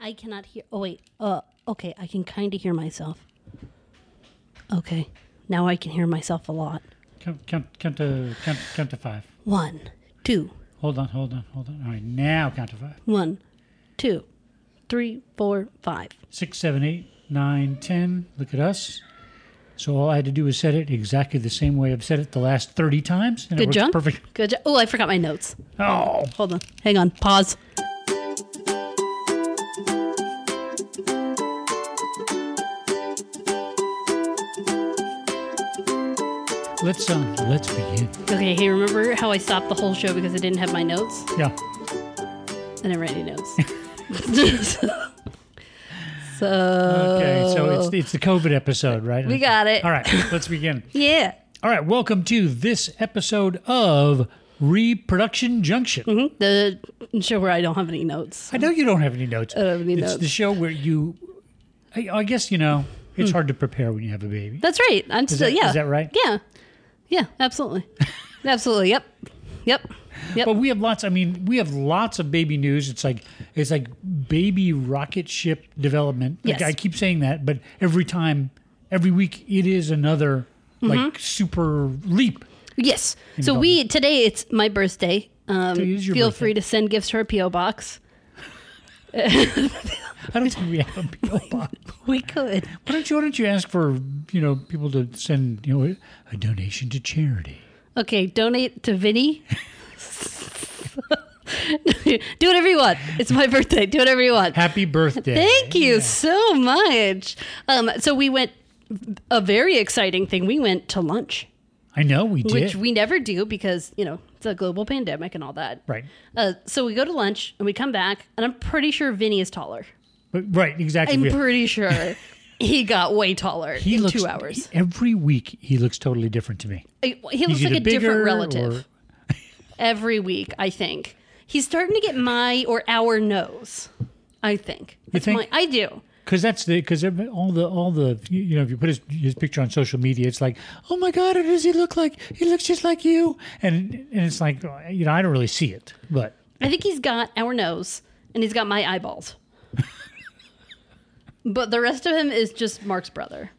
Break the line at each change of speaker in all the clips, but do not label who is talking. I cannot hear. Oh wait. Uh. Okay. I can kind of hear myself. Okay. Now I can hear myself a lot.
Count, count, count to count, count to five.
One, two,
Hold on, hold on, hold on. All right, now count to five.
one, two, three, four, five.
Six, seven, eight, nine, ten. Look at us. So all I had to do was set it exactly the same way I've said it the last thirty times, and it
Good
works
job.
perfect.
Good job. Oh, I forgot my notes.
Oh,
Hold on. Hang on. Pause.
let's um, let's begin.
Okay. Hey, remember how I stopped the whole show because I didn't have my notes?
Yeah,
I didn't write any notes. so
Okay, so it's it's the COVID episode, right?
Oh. We got it.
All right, let's begin.
yeah.
All right, welcome to this episode of Reproduction Junction.
Mhm. The show where I don't have any notes.
I know you don't have any notes. I
don't have any
it's
notes.
the show where you, I, I guess you know,
Hmm.
it's hard to prepare when you have a baby.
That's right. I'm still
that-
yeah.
is that right?
Yeah. Yeah, absolutely. absolutely. Yep. Yep. Yep.
But we have lots. I mean, we have lots of baby news. It's like it's like baby rocket ship development. Like,
Yes.
I keep saying that, but every time, every week, it is another
Mm-hmm.
like super leap.
yes. So we today it's my birthday. Um,
Today is your
feel
birthday.
free to send gifts to our PO box.
I don't think we have a PO box.
We could.
Why don't you Why don't you ask for you know people to send you know a donation to charity?
Okay, donate to Vinny. Do whatever you want. It's my birthday. Do whatever you want.
Happy birthday!
Thank you so much. Um, so we went a very exciting thing. We went to lunch,
I know we did.
which we never do because you know it's a global pandemic and all that.
right,
Uh, so we go to lunch and we come back, and I'm pretty sure Vinny is taller.
But- right, exactly.
I'm
We-
pretty sure he got way taller in two hours.
e, every week. He looks totally different to me.
I- He looks
either
like a different
bigger
relative every week. I think he's starting to get my or our nose. I think that's
think?
my. I do.
Because that's the because all the all the you know if you put his his picture on social media, it's like oh my god, does he look like? He looks just like you, and and it's like you know I don't really see it, but
I think he's got our nose and he's got my eyeballs. but the rest of him is just Mark's brother,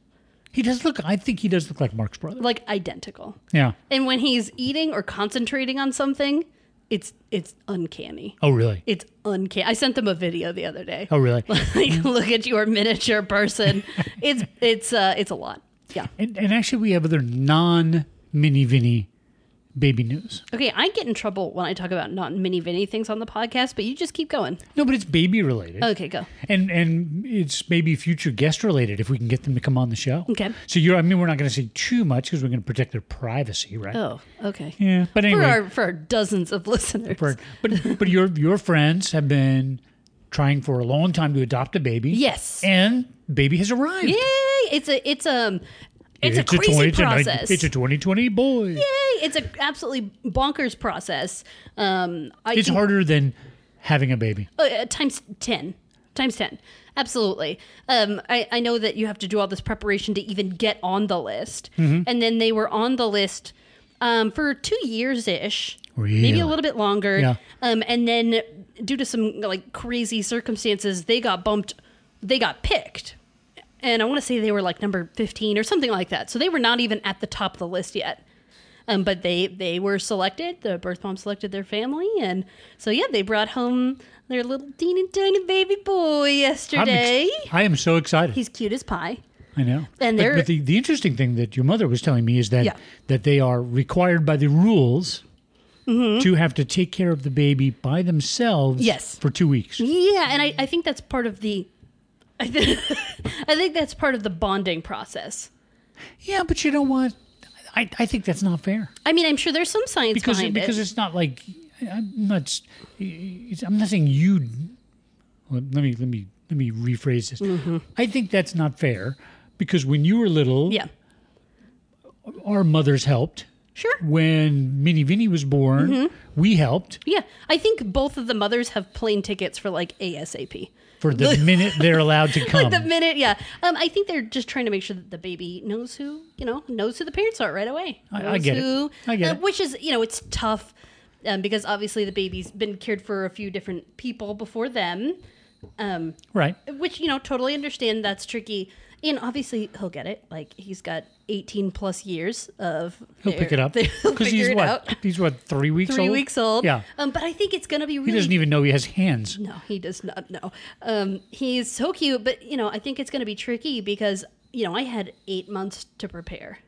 he does look. I think he does look like Mark's brother.
like identical.
Yeah.
And when he's eating or concentrating on something, it's it's uncanny.
Oh really?
It's uncanny. I sent them a video the other day.
Oh really?
like, look at your miniature person. It's it's uh it's a lot. Yeah.
And, and actually, we have other non mini Vinny baby news.
Okay, I get in trouble when I talk about not mini Vinny things on the podcast, but you just keep going.
No, but it's baby related,
Okay, go.
and and it's maybe future guest related if we can get them to come on the show.
Okay.
So you're, I mean, we're not going to say too much because we're going to protect their privacy, right?
Oh, okay.
Yeah. But
For
anyway,
our for our dozens of listeners.
for- but but your your friends have been trying for a long time to adopt a baby.
Yes.
And baby has arrived.
Yay! It's a it's um it's, a crazy
20 it's a nine-
process.
it's a 2020 boy.
Yay! It's a absolutely bonkers process. Um, I
It's
think-
harder than having a baby.
uh, uh, times 10 times 10 absolutely um, I, I know that you have to do all this preparation to even get on the list
Mm-hmm.
and then they were on the list um, for two years ish maybe
Really?
a little bit longer
Yeah.
um, and then due to some like crazy circumstances they got bumped they got picked and i want to say they were like number 15 or something like that so they were not even at the top of the list yet um, but they they were selected. The birth mom selected their family, and so yeah, they brought home their little teeny tiny baby boy
I'm ex-
yesterday.
I am so excited.
He's cute as pie.
I know.
And
but,
they're-
but the, the interesting thing that your mother was telling me is that
Yeah.
that they are required by the rules to have to take care of the baby by themselves
Mm-hmm. Yes. Mm-hmm.
for two weeks.
Yeah, and I, I think that's part of the. I, th- I think that's part of the bonding process.
Yeah, but you know what? I, I think that's not fair
I mean, I'm sure there's some science
because
behind
because
it.
it's not like I'm not s- it's, I'm not saying you. Well, let me let me let me rephrase this.
Mm-hmm.
I think that's not fair because when you were little,
Yeah,
our mothers helped.
sure.
When Minnie Vinnie was born,
Mm-hmm.
we helped.
Yeah, I think both of the mothers have plane tickets for like ASAP.
for the minute they're allowed to come.
Like the minute, yeah. Um, I think they're just trying to make sure that the baby knows who, you know, knows who the parents are right away.
I- I
Knows
get it.
who- uh,
I get it.
Which is, you know, it's tough um, because obviously the baby's been cared for a few different people before them. Um,
Right.
which you know totally understand that's tricky and obviously he'll get it like he's got 18 plus years of
He'll pick it up
he'll figure
he's
it
what
out
he's what three weeks
three
old.
weeks old
Yeah,
um, but i think it's gonna be really
he doesn't even know he has hands.
no he does not know um, he's so cute but you know i think it's gonna be tricky because you know i had eight months to prepare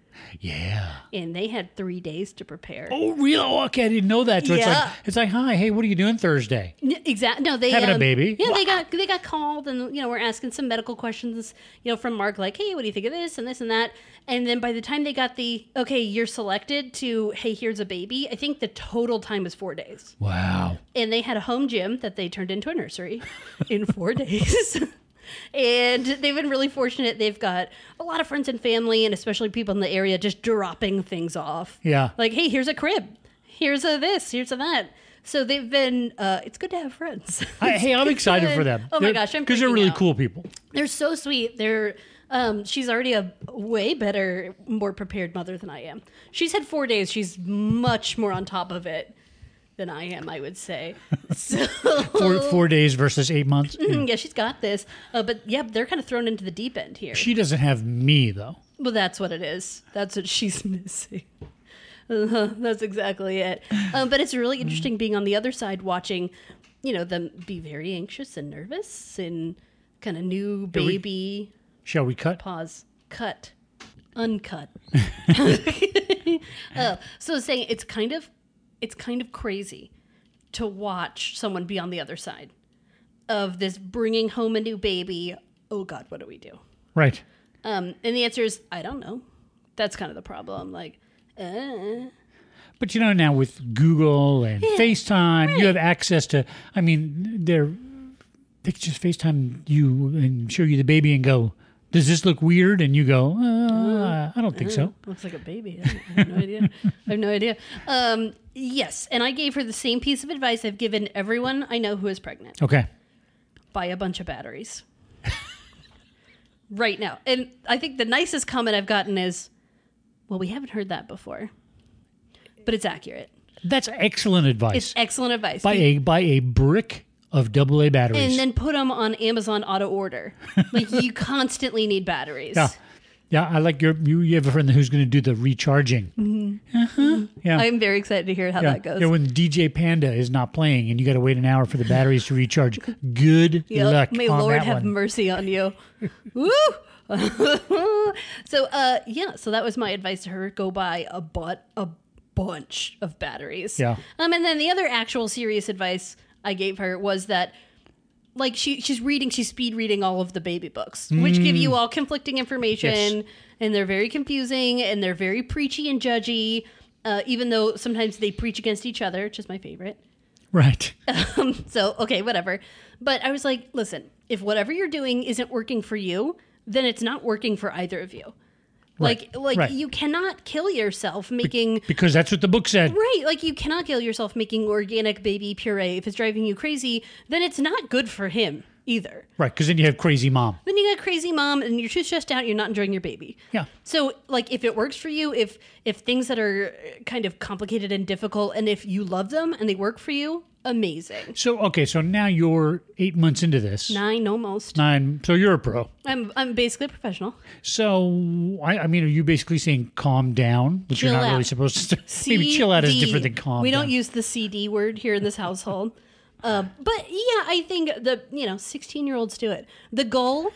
Yeah.
and they had three days to prepare
Oh, really? Oh, okay. I didn't know that. So it's
Yeah.
like it's like, hi, hey, what are you doing Thursday?
Exactly. No, they
Having a
um,
baby?
Yeah, they got they got called, and you know, we're asking some medical questions, you know, from Mark, like, hey, what do you think of this and this and that, and then by the time they got the okay, you're selected to hey, here's a baby. I think the total time was four days,
Wow.
and they had a home gym that they turned into a nursery in four days. And they've been really fortunate. They've got a lot of friends and family, and especially people in the area, just dropping things off
Yeah.
like hey here's a crib here's a this here's a that so they've been uh, it's good to have friends
I, hey, I'm excited
good.
for them.
Oh my gosh, I'm
because they're
freaking
really
out.
cool people.
they're so sweet they're um, she's already a way better more prepared mother than i am she's had four days she's much more on top of it than i am i would say so
Four,
Oh.
four days versus eight months.
Mm, yeah she's got this uh, but yeah they're kind of thrown into the deep end here
She doesn't have me though.
Well, that's what it is. That's what she's missing. Uh-huh, that's exactly it. Um, but it's
Hmm.
really interesting being on the other side, watching, you know, them be very anxious and nervous and kind of new
we-
baby
Shall we cut?
pause, cut, uncut. uh, so saying it's kind of, it's kind of crazy to watch someone be on the other side of this bringing home a new baby. Oh God, what do we do?
Right.
Um, and the answer is I don't know. That's kind of the problem. Like, uh,
But you know now with Google and FaceTime, you have access to. I mean, they're they could just FaceTime you and show you the baby and go, "Does this look weird?" And you go, uh, "I don't think so."
looks like a baby. I have no idea. I have no idea. Um, yes, and I gave her the same piece of advice I've given everyone I know who is pregnant:
Okay.
buy a bunch of batteries. right now, and I think the nicest comment I've gotten is, "Well, we haven't heard that before, but it's accurate.
That's excellent advice.
It's excellent advice."
buy a buy a brick of double A batteries.
and then put them on Amazon auto order. Like you constantly need batteries.
yeah, yeah. I like your you. You have a friend who's going to do the recharging. Uh-huh. Yeah.
I'm very excited to hear how
yeah.
that goes.
Yeah, when DJ Panda is not playing and you got to wait an hour for the batteries to recharge, good luck
May
on
Lord
that
have
one.
mercy on you. Woo! so uh yeah, so that was my advice to her. Go buy a but a bunch of batteries.
Yeah.
Um and then the other actual serious advice I gave her was that like she she's reading she's speed reading all of the baby books which give
Mm.
you all conflicting information and they're very confusing and they're very preachy and judgy uh, even though sometimes they preach against each other which is my favorite
right.
so, okay, whatever. But I was like, listen, if whatever you're doing isn't working for you, then it's not working for either of you.
Right,
Like like
right.
you cannot kill yourself making
Because that's what the book said.
Right, like you cannot kill yourself making organic baby puree. If it's driving you crazy, then it's not good for him either.
Right. Because then you have crazy mom.
Then you got crazy mom and you're too stressed out, you're not enjoying your baby.
Yeah.
So like if it works for you, if if things that are uh, kind of complicated and difficult and if you love them and they work for you, amazing.
So okay. So now you're eight months into this.
Nine almost.
Nine. So you're a pro.
I'm I'm basically a professional.
So I, I mean, are you basically saying calm down, which you're
Chill
not really
out.
supposed to? Maybe chill out is
CD.
different than calm.
We
down.
don't use the CD word here in this household. Uh, but yeah, I think the you know 16 year olds do it. The goal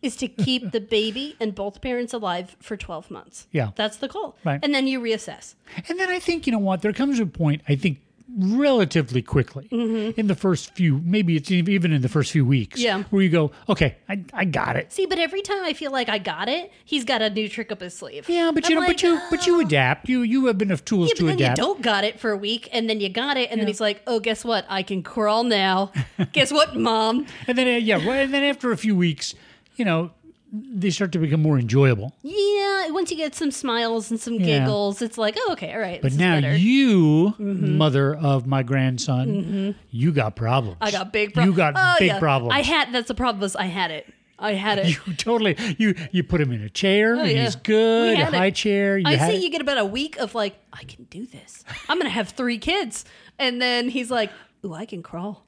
is to keep the baby and both parents alive for 12 months.
Yeah.
that's the goal.
Right.
And then you reassess.
And then I think, you know what, there comes a point, I think, relatively quickly in the first few, maybe it's ev- even in the first few weeks,
Mm-hmm. Yeah.
where you go, okay, I, I got it.
See, but every time I feel like I got it, he's got a new trick up his sleeve.
Yeah, but you
I'm
know,
like, "Uh,
but you, but you adapt. You, you have enough tools
Yeah, but
to
then
adapt.
you don't got it for a week, and then you got it, and then he's like, "Oh, guess what? I can crawl now. guess what, mom?
And then, uh, yeah, well, and then after a few weeks, you know, they start to become more enjoyable.
Yeah, once you get some smiles and some
Yeah.
giggles, it's like, oh, okay, all right.
But
this
now
is better. Mm-hmm.
you, mother of my grandson, you got problems.
I got big problems.
You got big problems.
I had that's the problem was I had it. I had it.
you totally you you put him in a chair. and
Oh, yeah.
He's
We
good. A
had it.
high chair. You
I
had
say
it.
you get about a week of like, I can do this. I'm gonna have three kids, and then he's like, ooh, I can crawl.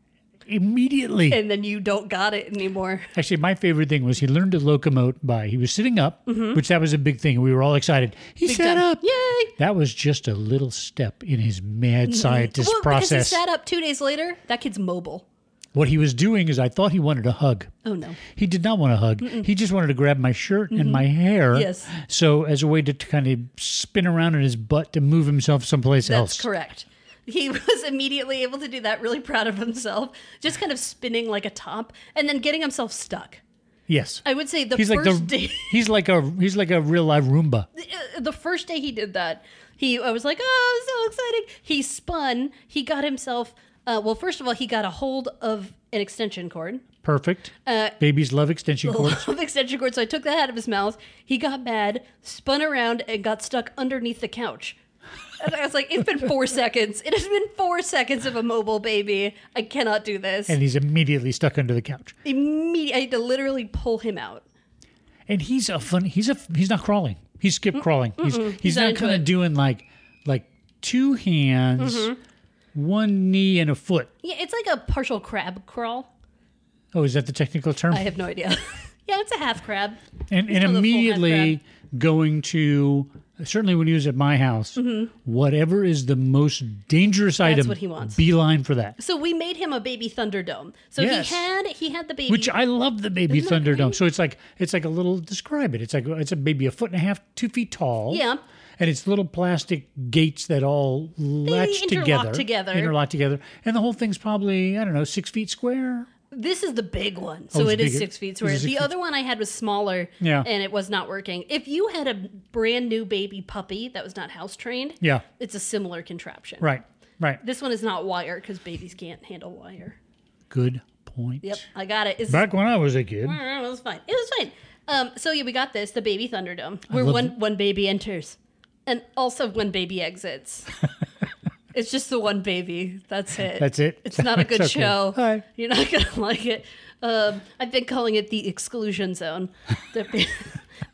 immediately.
and then you don't got it anymore.
Actually, my favorite thing was he learned to locomote by he was sitting up,
Mm-hmm.
which that was a big thing. We were all excited. He sat
Done.
up.
Yay!
That was just a little step in his mad scientist
Mm-hmm. Well, because
process.
he sat up two days later, that kid's mobile.
what he was doing is I thought he wanted a hug.
Oh no.
He did not want a hug. He just wanted to grab my shirt and my hair.
Mm-hmm. Yes.
So as a way to, kind of spin around in his butt to move himself someplace else.
That's correct. He was immediately able to do that, really proud of himself, just kind of spinning like a top and then getting himself stuck.
Yes.
I would say the
He's like
first
the
day
he's like a he's like a real live Roomba.
uh, the first day he did that, he I was like, "Oh, so exciting." He spun, he got himself uh, well, first of all, he got a hold of an extension cord. uh,
Perfect. Babies love extension cords.
of extension cord, so I took that out of his mouth. He got mad, spun around, and got stuck underneath the couch. And I was like, it's been four seconds. It has been four seconds of a mobile baby. I cannot do this.
And he's immediately stuck under the couch.
Immediately, I had to literally pull him out.
And he's a fun. He's a. He's not crawling. He's skip crawling. He's he's,
He's not
not
into
kind of
it.
doing like like two hands,
Mm-hmm.
one knee, and a foot.
Yeah, it's like a partial crab crawl.
Oh, is that the technical term?
I have no idea. yeah, it's a half crab.
and
he's
and
one of the full-hand
immediately going to certainly when he was at my house, whatever is the most dangerous item,
Mm-hmm. what he wants.
Beeline for that.
So we made him a baby Thunderdome. So
Yes.
he had he had the baby.
Which I love the baby
Isn't that
Thunderdome.
great?
So it's like it's like a little describe it. It's like it's a baby a foot and a half, two feet tall.
Yeah.
And it's little plastic gates that all latch
interlock
together,
together.
interlock together, and the whole thing's probably I don't know six feet square.
This is the big one. So
Oh, it's
it is
bigger.
six feet
It's
square.
six
The
feet.
other one I had was smaller
Yeah.
and it was not working. If you had a brand new baby puppy that was not house trained,
Yeah,
it's a similar contraption.
right, right.
This one is not wire because babies can't handle wire.
Good point.
Yep, Mm. I got it. It's,
Back when I was a kid,
it was fine. It was fine. Um, so yeah, we got this, the baby Thunderdome, where
love
one, one baby enters and also one baby exits. it's just the one baby. That's it.
that's it.
It's not a good
okay.
show.
Hi.
You're not gonna like it. Um, I've been calling it the exclusion zone, The-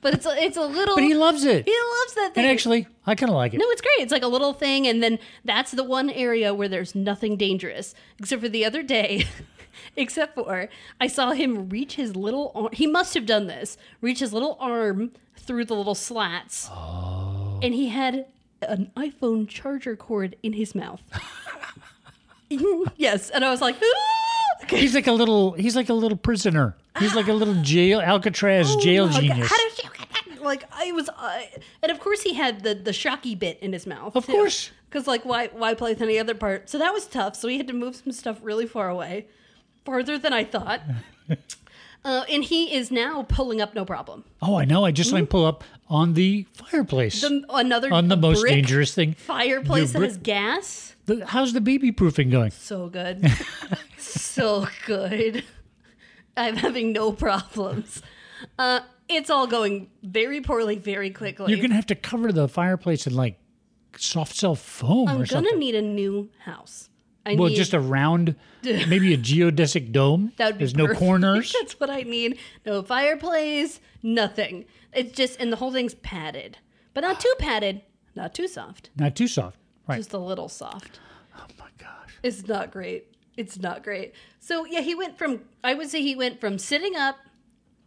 but it's a, it's a little.
But he loves it.
he loves that thing.
and actually, I kind of like it.
no, it's great. It's like a little thing, and then that's the one area where there's nothing dangerous, except for the other day. except for I saw him reach his little. Ar- he must have done this. Reach his little arm through the little slats,
Oh.
and he had an iPhone charger cord in his mouth. yes, and I was like. "Ah!"
He's like a little. He's like a little prisoner. He's like a little jail Alcatraz jail
Oh my God,
genius.
How did you get that? Like I was, uh, and of course he had the the shocky bit in his mouth.
Of course.
because like why why play with any other part? So that was tough. So we had to move some stuff really far away, farther than I thought. uh, and he is now pulling up no problem.
Oh, I know. I just saw him pull up on the fireplace.
The, another
on the most
brick
dangerous thing.
fireplace
the
that
brick-
has gas.
The- how's the baby proofing going?
So good, so good. I'm having no problems. Uh, it's all going very poorly, very quickly.
You're gonna have to cover the fireplace in like soft cell foam
I'm
or
gonna
something.
need a new house. I
Well,
need
just a round, maybe a geodesic dome.
that would be
There's
perfect.
no corners.
That's what I need. No fireplace, nothing. It's just and the whole thing's padded, but not too padded, not too soft,
Not too soft. Right.
just a little soft.
oh my gosh.
It's not great. It's not great. So yeah, he went from I would say he went from sitting up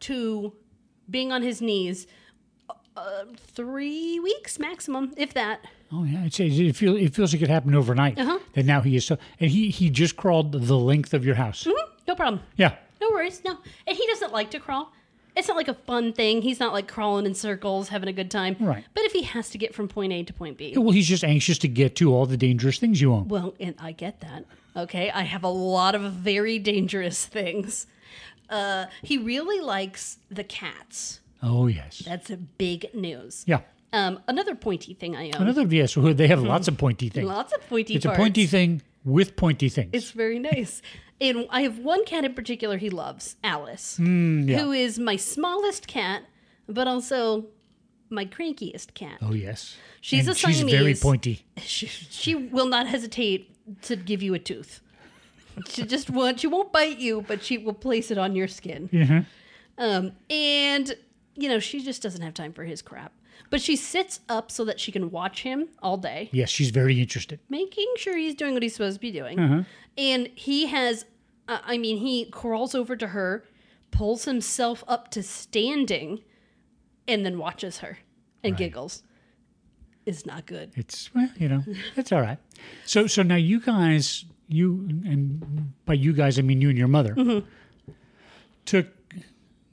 to being on his knees. Uh, three weeks maximum, if that.
Oh yeah. It's, it feels it feels like it happened overnight.
Uh-huh.
And now he is so. And he he just crawled the length of your house.
Mhm, No problem.
Yeah.
No worries, no. And he doesn't like to crawl. It's not like a fun thing. He's not like crawling in circles, having a good time.
Right.
But if he has to get from point A to point B,
Well, he's just anxious to get to all the dangerous things you own.
well, and I get that. Okay, I have a lot of very dangerous things. Uh, he really likes the cats.
Oh yes.
That's a big news.
Yeah.
Um, another pointy thing I own.
Another yes. well, They have lots of pointy things.
Mm-hmm. Lots of pointy.
It's a
parts.
pointy thing with pointy things.
It's very nice. And I have one cat in particular he loves, Alice,
Hmm,
who is my smallest cat, but also my crankiest cat.
oh yes.
She's
And
a
She's very
Siamese.
pointy.
She, she will not hesitate to give you a tooth. She just won't. She won't bite you, but she will place it on your skin.
Mhm.
Um, and you know she just doesn't have time for his crap. But she sits up so that she can watch him all day,
Yes, she's very interested. Mm-hmm.
making sure he's doing what he's supposed to be doing. And he has Uh, I mean, he crawls over to her, pulls himself up to standing, and then watches her and giggles. It's not good.
It's well, you know, it's all right. So so now you guys, you and by you guys I mean you and your mother,
Mm-hmm.
took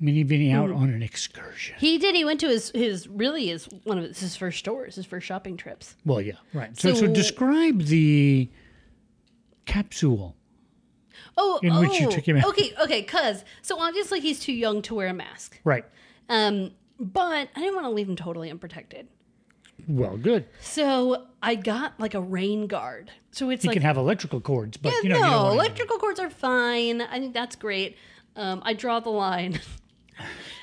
Minnie Vinny out on an excursion.
He did. He went to his his really is one of his, his first stores, his first shopping trips.
Well, yeah, right. So so,
So-
describe the capsule.
Oh,
In
oh,
which you took him out.
Okay, okay, cause so obviously he's too young to wear a mask.
Right.
Um, but I didn't want to leave him totally unprotected.
Well, good.
So I got like a rain guard. So it's
You
like
can have electrical cords, but you know, you
Uh, no,
don't want to-
electrical cords are fine. I think that's great. Um, I draw the line.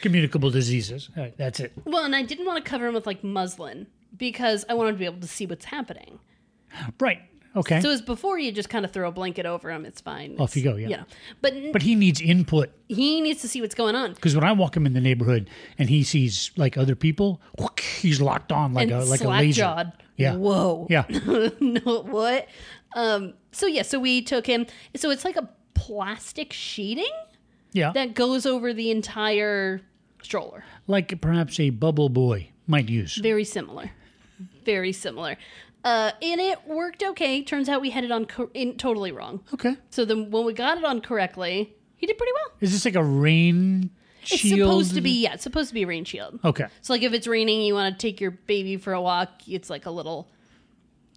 communicable diseases. All right, that's it.
well, and I didn't want to cover him with like muslin because I wanted to be able to see what's happening.
Right. Okay.
So it's before you just kind of throw a blanket over him. It's fine. It's-
Off you go, yeah.
But,
but he needs input
he needs to see what's going on.
because when I walk him in the neighborhood and he sees like other people, he's locked on like
And
a like a
slack
laser.
jawed.
Yeah.
Whoa.
Yeah.
no, what? Um, so yeah, so we took him. So it's like a plastic sheeting
Yeah.
that goes over the entire stroller.
like perhaps a bubble boy might use.
Very similar. Very similar. Uh, and it worked okay. Turns out we had it on co- in, totally wrong.
Okay.
So then when we got it on correctly, he did pretty well.
Is this like a rain
It's
shield?
supposed to be, yeah, it's supposed to be a rain shield.
Okay.
So like if it's raining, you want to take your baby for a walk, it's like a little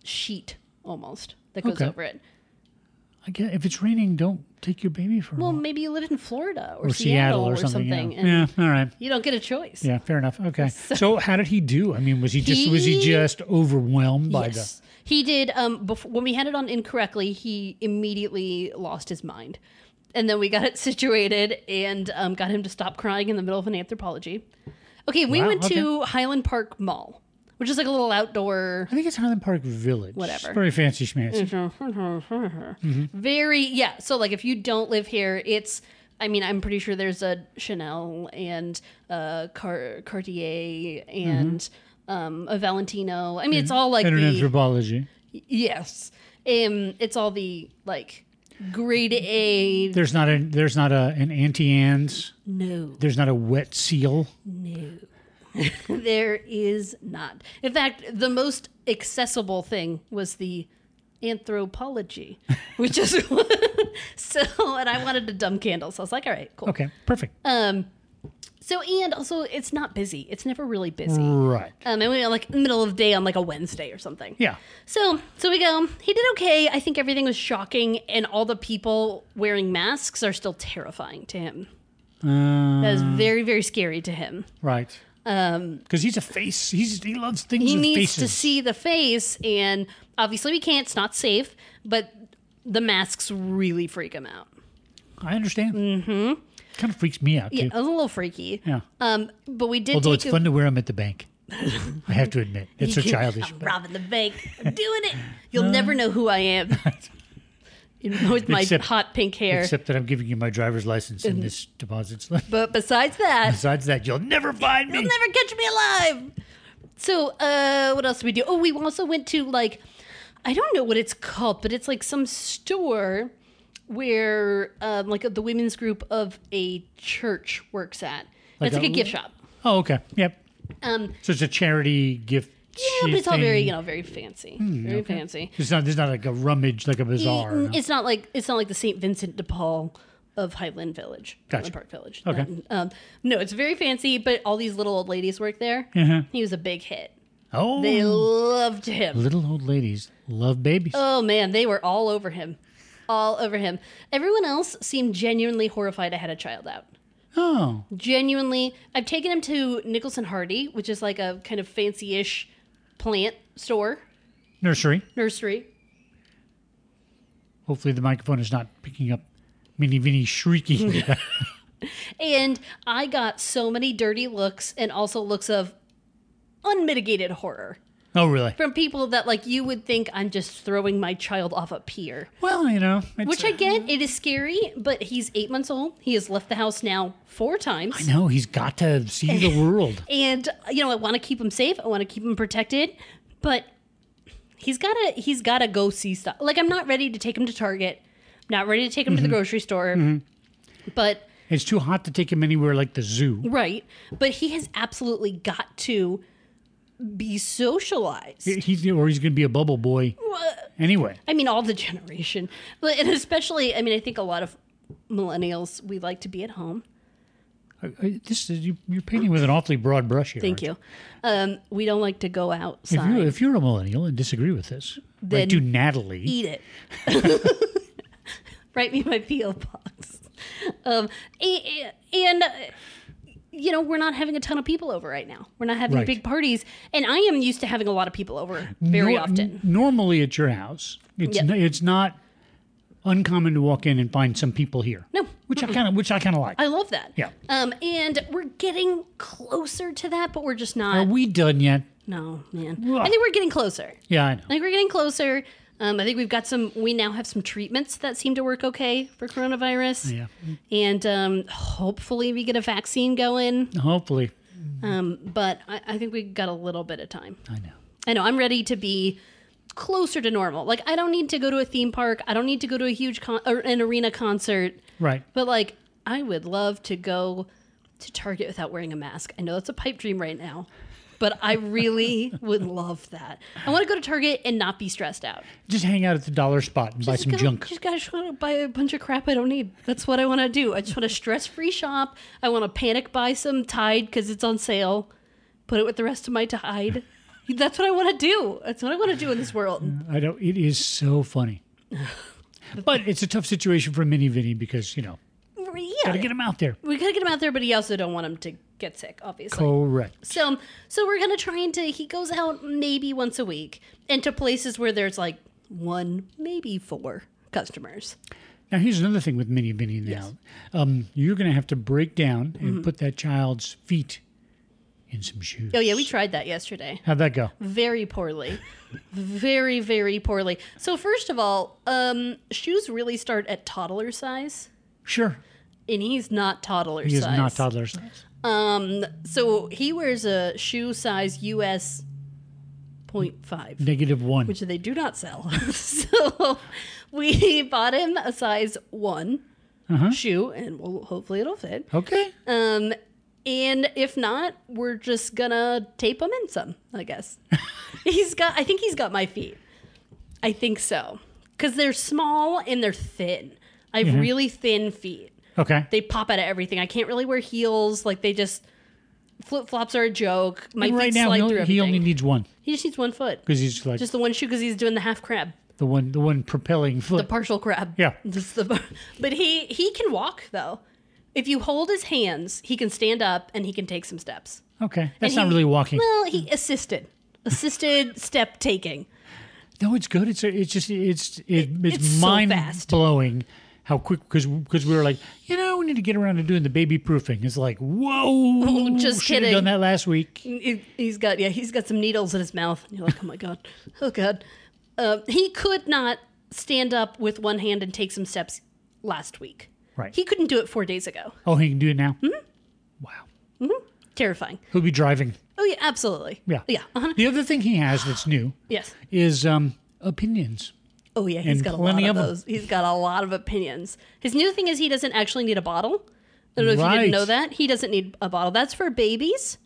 sheet almost that goes
Okay.
over it.
I guess if it's raining, don't take your baby for a
Well,
walk.
maybe you live in Florida or,
or Seattle, or something. yeah.
and
Yeah, All right.
you don't get a choice.
Yeah. Fair enough. Okay. So, how did he do? I mean, was he just was he
He-
just overwhelmed by
Yes. He did um before, when we had it on incorrectly, he immediately lost his mind. And then we got it situated and um, got him to stop crying in the middle of an anthropology. Okay, we
Wow,
went to Highland Park Mall, which is like a little outdoor
the? I think it's Highland Park Village.
Whatever. Mm-hmm.
Very fancy schmancy.
Very yeah. So like if you don't live here, it's I mean I'm pretty sure there's a Chanel and uh Car- Cartier and um a Valentino. I mean it's all like
Mm-hmm. And an
the
anthropology.
yes. Um it's all the like grade A
There's not a there's not a an anti ands.
no.
There's not a wet seal.
There is not. In fact, the most accessible thing was the anthropology, which is so and I wanted a dumb candle. So I was like, all right, cool.
Okay. Perfect.
Um, so and also it's not busy. It's never really busy.
right.
Um, and we went like middle of the day on like a Wednesday or something.
Yeah.
So so we go. He did okay. I think everything was shocking, and all the people wearing masks are still terrifying to him.
Uh,
That was very very scary to him.
right.
Um,
Because he's a face. He's he loves things
he
with
needs
faces.
to see the face, and obviously we can't. It's not safe, but the masks really freak him out.
I understand. Mm-hmm. Kind of freaks me out too.
Yeah, it was a little freaky.
Yeah.
Um, but we did.
Although
take
it's
him-
fun to wear them at the bank. I have to admit, it's so
You-
childish. Uh,
I'm robbing the bank. I'm doing it. You'll never know who I am. You know, With my
Except-
hot pink hair.
Except that I'm giving you my driver's license
Mm-hmm.
in this deposit slip.
but besides that,
Besides that, you'll never find me.
you'll never catch me alive. So, uh, what else did we do? Oh, we also went to like, I don't know what it's called, but it's like some store where um, like the women's group of a church works at. And it's
Like
like a
a-
gift shop.
Oh, okay. Yep.
Um,
So it's a charity gift.
yeah, but it's all
thing.
very you know very fancy,
Hmm,
very fancy.
It's not. There's not like a rummage, like a bazaar.
Mm,
no?
It's not like it's not like the Saint Vincent de Paul of Highland Village,
Gotcha.
Highland Park Village.
Okay.
Not- um, no, it's very fancy, but all these little old ladies work there.
Uh-huh.
He was a big hit.
Oh,
They loved him.
little old ladies love babies.
Oh man, they were all over him, all over him. Everyone else seemed genuinely horrified I had a child out.
oh,
Genuinely, I've taken him to Nicholson Hardy, which is like a kind of fancy-ish plant store
nursery.
nursery.
Hopefully, the microphone is not picking up Minnie Vinny shrieking.
And I got so many dirty looks and also looks of unmitigated horror
oh, really?
from people that, like, you would think I'm just throwing my child off a pier.
Well, you know, it's,
Which I get, it is scary, but he's eight months old. He has left the house now four times.
no, he's got to see the world.
And, you know, I want to keep him safe, I want to keep him protected, but. He's gotta, he's gotta go see stuff. Like I'm not ready to take him to Target. Not ready to take him to the grocery store, but
It's too hot to take him anywhere like the zoo.
right. But he has absolutely got to be socialized.
He's or he's going to be a bubble boy anyway.
I mean, all the generation, but and especially, I mean, I think a lot of millennials we like to be at home.
I- I- Uh, This is, you, you're painting with an awfully broad brush here.
Thank you. Um, we don't like to go
If
outside.
you're, if you're a millennial and disagree with this,
Then
like do Natalie.
Eat it. Write me my PO box. Um, a- a- and uh, you know, we're not having a ton of people over right now. We're not having
Right.
big parties, and I am used to having a lot of people over very
Nor-
often.
Normally at your house, it's
Yep.
n- it's not uncommon to walk in and find some people here.
No.
which I kind of which I kind of like.
I love that.
Yeah.
Um, and we're getting closer to that, but we're just
Are
not.
we done yet?
no, man.
Ugh.
I think we're getting closer.
Yeah, I know.
I think we're getting closer. Um, I think we've got some. We now have some treatments that seem to work okay for coronavirus,
Yeah,
and um, hopefully we get a vaccine going.
Mm-hmm. hopefully,
Um, but I, I think we got a little bit of time.
I know.
I know I'm ready to be closer to normal. Like I don't need to go to a theme park. I don't need to go to a huge con- or an arena concert.
Right.
But like I would love to go to Target without wearing a mask. I know that's a pipe dream right now, but I really would love that. I want to go to Target and not be stressed out.
Just hang out at the dollar spot and buy
Just
some
go-
junk.
Just gotta just want to buy a bunch of crap I don't need. That's what I want to do. I just want to stress free shop. I want to panic buy some Tide because it's on sale. Put it with the rest of my Tide. That's what I want to do. That's what I want to do in this world.
I know it is so funny, but it's a tough situation for Mini Vinny because you know
Yeah,
gotta get him out there.
we gotta get him out there, but he also don't want him to get sick, obviously.
Correct.
So, so we're gonna try and to. He goes out maybe once a week, and to places where there's like one, maybe four customers.
Now here's another thing with Mini Vinny. Now um, you're gonna have to break down
Mm-hmm.
and put that child's feet in some shoes.
Oh yeah, we tried that yesterday.
How'd that go?
very poorly very very poorly so first of all um shoes really start at toddler size
Sure.
and he's not toddler
He is
size
not toddler size.
um so he wears a shoe size us 0.5
Negative one.
which they do not sell so we bought him a size one
Uh-huh.
shoe and we'll, hopefully it'll fit
okay.
um and if not we're just gonna tape him in some i guess he's got i think he's got my feet i think so because they're small and they're thin i
Mm-hmm.
have really thin feet
Okay.
they pop out of everything i can't really wear heels like they just flip-flops are a joke my feet
right now
slide
he
through
only, he
everything
only needs one
he just needs one foot
because he's like
just the one shoe because he's doing the half crab
the one the one propelling
the
foot.
partial crab
Yeah.
Just the, but he he can walk though if you hold his hands he can stand up and he can take some steps
okay. That's
And
not
he-
really walking.
Well, he assisted, assisted step taking.
no, it's good. It's it's just it's it, it's,
it's so
mind
fast.
blowing how quick because because we were like you know we need to get around to doing the baby proofing. It's like whoa.
Oh, just
should
kidding.
Done that last week.
He- He's got yeah, he's got some needles in his mouth. And you're like, oh my god, oh god. Uh, he could not stand up with one hand and take some steps last week.
Right.
He couldn't do it four days ago.
oh, he can do it now.
Hmm?
Wow.
Terrifying.
He'll be driving.
Oh yeah, absolutely.
Yeah.
Yeah. Uh-huh.
The other thing he has that's new
Yes.
is um opinions.
Oh yeah, he's
And
got a lot
plenty
of
of 'em.
those. He's got a lot of opinions. His new thing is he doesn't actually need a bottle. I don't know if you
Right.
didn't know that. He doesn't need a bottle. That's for babies,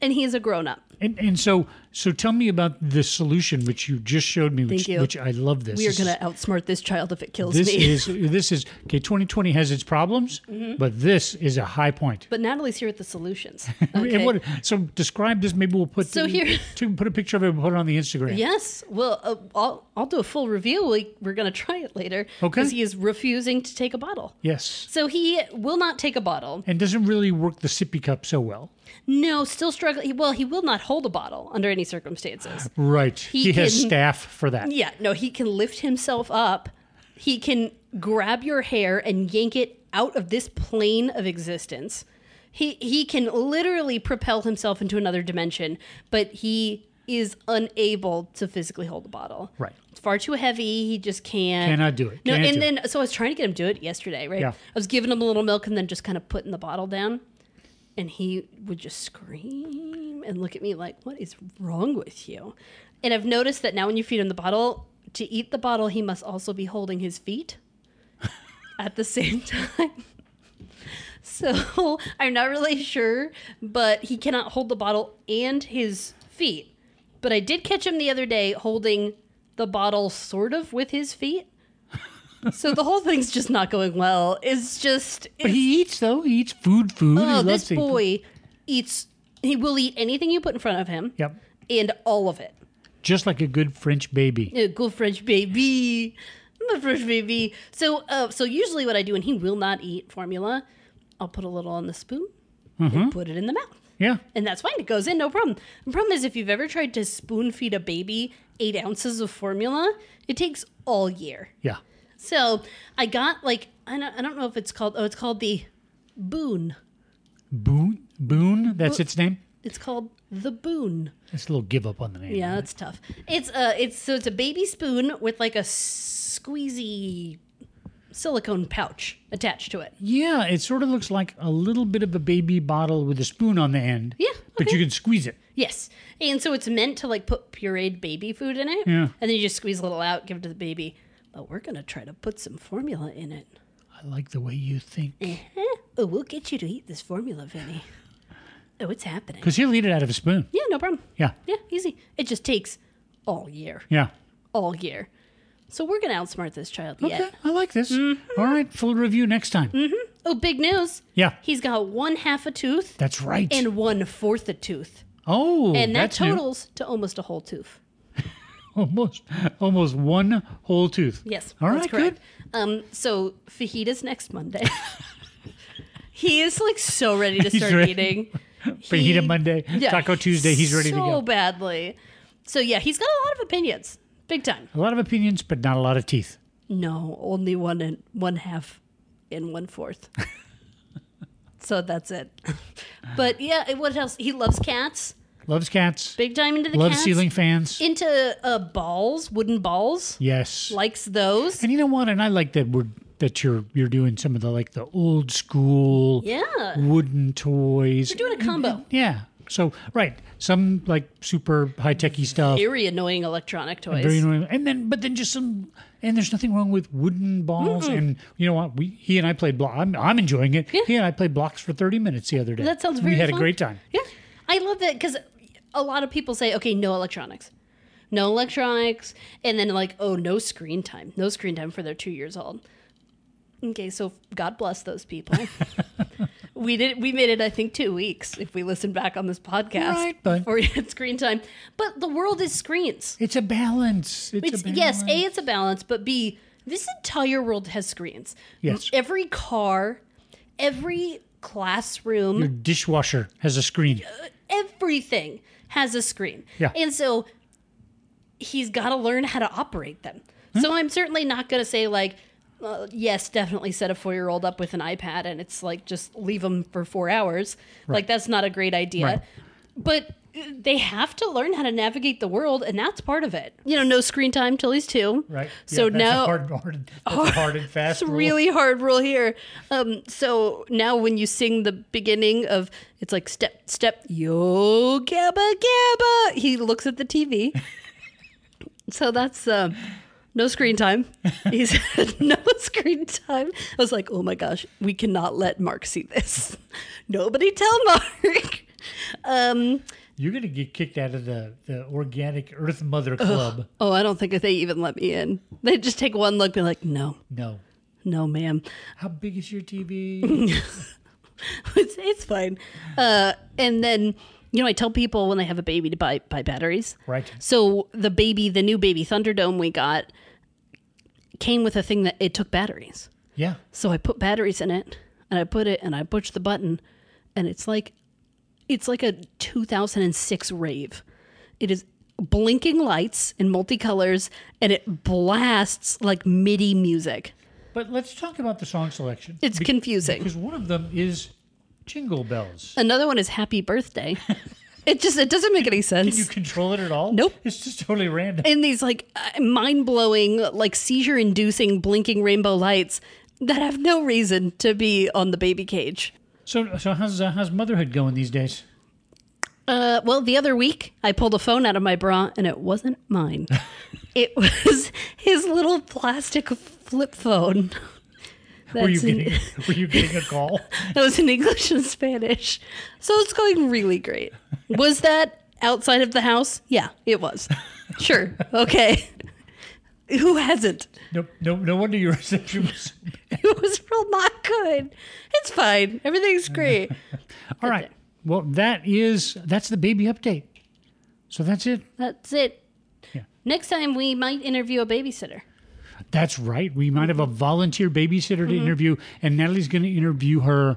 and he's a grown up.
And, and so, so tell me about the solution which you just showed me, which,
Thank you.
which I love this.
We are
This is-
going to outsmart this child if it kills
This
me.
is this is okay. Twenty twenty has its problems,
Mm-hmm.
but this is a high point.
but Natalie's here with the solutions.
And
Okay.
what- so describe this. Maybe we'll put
So
the-
here-
to put a picture of it. and Put it on the Instagram.
yes. Well, uh, I'll, I'll do a full review. We, we're going to try it later.
Okay.
Because he is refusing to take a bottle.
Yes,
So he will not take a bottle.
and doesn't really work the sippy cup so well.
No, still struggling. Well, he will not hold a bottle under any circumstances.
Right. He, has
can-
staff for that.
Yeah, no, he can lift himself up. He can grab your hair and yank it out of this plane of existence. He he can literally propel himself into another dimension, but he is unable to physically hold the bottle.
Right.
It's far too heavy. He just can't.
Cannot do it.
No,
Can't do
and then so I was trying to get him to do it yesterday, right?
Yeah.
I was giving him a little milk and then just kind of putting the bottle down. And he would just scream and look at me like, What is wrong with you? And I've noticed that now when you feed him the bottle, to eat the bottle, he must also be holding his feet. at the same time. So I'm not really sure, but he cannot hold the bottle and his feet. But I did catch him the other day holding the bottle sort of with his feet. So the whole thing's just not going well. It's just
But he eats though. He eats food. Food. he
oh,
loves
this
to eat food.
boy eats he will eat anything you put in front of him
Yep.
and all of it.
Just like a good French baby.
Yeah, go French baby. I'm a French baby. So, uh, so usually what I do, and he will not eat formula, I'll put a little on the spoon
Mm-hmm.
and put it in the mouth.
Yeah.
And that's fine. It goes in, no problem. The problem is, if you've ever tried to spoon feed a baby eight ounces of formula, it takes all year.
Yeah.
So I got like, I don't, I don't know if it's called, oh, it's called the boon.
Boone. Boone. That's its name.
It's called the boon.
That's a little give up on the name.
Yeah, that's tough. It's uh it's so it's a baby spoon with like a squeezy silicone pouch attached to it.
Yeah, it sort of looks like a little bit of a baby bottle with a spoon on the end.
Yeah,
But
okay.
you can squeeze it.
Yes. And so it's meant to like put pureed baby food in it.
Yeah.
And then you just squeeze a little out, give it to the baby. But we're gonna try to put some formula in it.
I like the way you think.
Eh, Oh, we'll get you to eat this formula, Vinny. Oh, it's happening.
Because he'll eat it out of a spoon.
Yeah, no problem.
Yeah.
Yeah, easy. It just takes all year.
Yeah.
All year. So we're gonna outsmart this child
Okay.
yet.
I like this.
Mm-hmm.
All right. Full review next time.
Oh, big news.
Yeah.
He's got one half a tooth
That's right.
and one fourth a tooth.
oh,
And that
that's new.
totals to almost a whole tooth.
almost almost one whole tooth.
Yes.
All
that's
right,
correct. Um, so fajitas next Monday. he is like so ready to start
ready.
eating.
good.
He-
Fajita Monday,
Yeah,
Taco Tuesday. He's ready to
So
go.
badly. So yeah, he's got a lot of opinions. Big time.
A lot of opinions, but not a lot of teeth.
No, only one and one half and one fourth. so that's it. but yeah, what else? He loves cats.
Loves cats.
Big time into the
Loves
cats.
ceiling fans.
into uh, balls, wooden balls.
yes.
Likes those.
And you know what? And I like that we're that you're you're doing some of the like the old school
Yeah.
wooden toys.
We're doing a combo.
yeah. So right, some like super high techy stuff.
Very annoying electronic toys.
Very annoying. And then, but then just some, and there's nothing wrong with wooden balls. And you know what? We he and I played block. I'm, I'm enjoying it. He and I played blocks for 30 minutes the other day.
That sounds
We
very
had a
fun.
great time.
yeah. I love that because a lot of people say, okay, no electronics. No electronics. And then, like, oh, no screen time. No screen time for their two years old. Okay, so God bless those people. we did. We made it, I think, two weeks if we listen back on this podcast.
Right, but-
before we had screen time. But the world is screens.
It's a balance. It's,
It's
a balance.
yes, a it's a balance, but b this entire world has screens.
Yes.
every car, every classroom,
Your dishwasher has a screen.
everything has a screen.
Yeah.
and so he's got to learn how to operate them. So
Hmm?
I'm certainly not going to say like. Uh, yes, definitely set a four year old up with an iPad and it's like just leave them for four hours. Like, that's not a great idea.
Right.
But uh, they have to learn how to navigate the world, and that's part of it. You know, no screen time till he's two.
Right.
So
yeah, that's
now,
a hard, hard, that's a hard and fast.
it's a
rule.
really hard rule here. Um, so now when you sing the beginning of it's like step step yo gabba gabba, he looks at the TV. so that's um, no screen time. He said no screen time. I was like, oh my gosh, we cannot let Mark see this. Nobody tell Mark. Um,
You're gonna get kicked out of the the organic Earth Mother Club.
oh, I don't think that they even let me in. They just take one look, be like, no,
No.
no, ma'am.
How big is your TV?
it's, it's fine. Uh, and then you know, I tell people when they have a baby to buy buy batteries.
right.
So the baby, the new baby Thunderdome we got, came with a thing that it took batteries.
Yeah.
So I put batteries in it, and I put it, and I pushed the button, and it's like, it's like a 2006 rave. It is blinking lights in multicolors, and it blasts like MIDI music.
But let's talk about the song selection.
It's confusing.
because one of them is Jingle Bells.
Another one is Happy Birthday. it just it doesn't make any sense.
you control it at all?
Nope.
It's just totally random.
in these like mind blowing, like seizure inducing, blinking rainbow lights that have no reason to be on the baby cage.
So, so how's uh, how's motherhood going these days?
Uh, well, the other week I pulled a phone out of my bra and it wasn't mine. it was his little plastic flip phone
were you
That's an-
getting were you getting a call?
That was in English and Spanish. So it's going really great. Was that outside of the house? Yeah, it was. Sure. Okay. Who hasn't?
No, no, no wonder your reception was.
It was real not good. It's fine. Everything's great.
All right.
it.
Well, that is that's the baby update. So that's it.
That's it.
Yeah.
Next time we might interview a babysitter.
That's right. We might have a volunteer babysitter to interview, and Natalie's going to interview her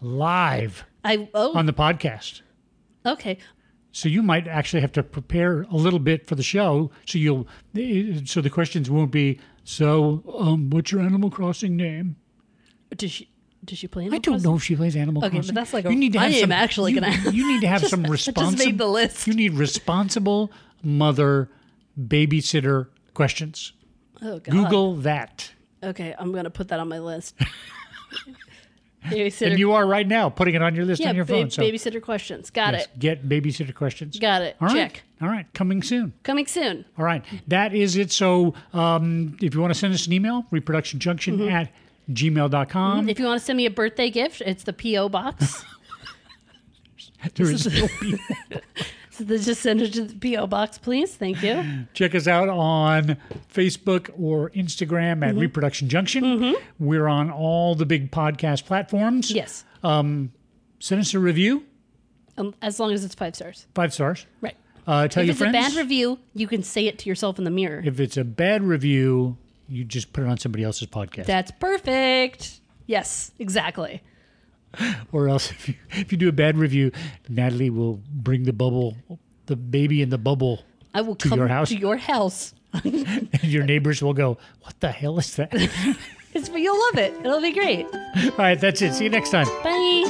live
I oh
on the podcast.
okay.
So you might actually have to prepare a little bit for the show. So you'll eh, so the questions won't be so. Um, what's your Animal Crossing name?
Does she does she play?
I don't know if she plays Animal
Okay, but
Crossing.
that's like a- I am actually
you,
gonna-
You need to have some
Just made the
responsible.
list.
You need responsible mother babysitter questions.
Oh god.
Google that.
Okay, I'm gonna put that on my list. babysitter.
And you are right now putting it on your list
yeah,
on your
ba-
phone. so
babysitter questions. Got
yes,
it.
get babysitter questions.
Got it.
All right.
Check.
All right. Coming soon.
Coming soon.
All right. That is it. So um, if you want to send us an email, reproductionjunction
Mm-hmm.
at gmail.com.
If you want to send me a birthday gift, it's the P.O. box.
There is no P-
so they just send it to the P.O. box, please. Thank you.
Check us out on Facebook or Instagram
Mm-hmm.
at Reproduction Junction. We're on all the big podcast platforms.
Yes.
Send us a review,
Um, as long as it's five stars.
five stars.
Right.
Uh, tell
if
your
it's
friends.
a bad review, you can say it to yourself in the mirror.
if it's a bad review, you just put it on somebody else's podcast.
That's perfect. Yes, exactly.
or else if you, if you do a bad review, Natalie will bring the bubble, the baby in the bubble.
I will come
your house?
to your house.
And your neighbors will go, What the hell is that?
It's, you'll love it. It'll be great.
All right, that's it. See you next time.
Bye.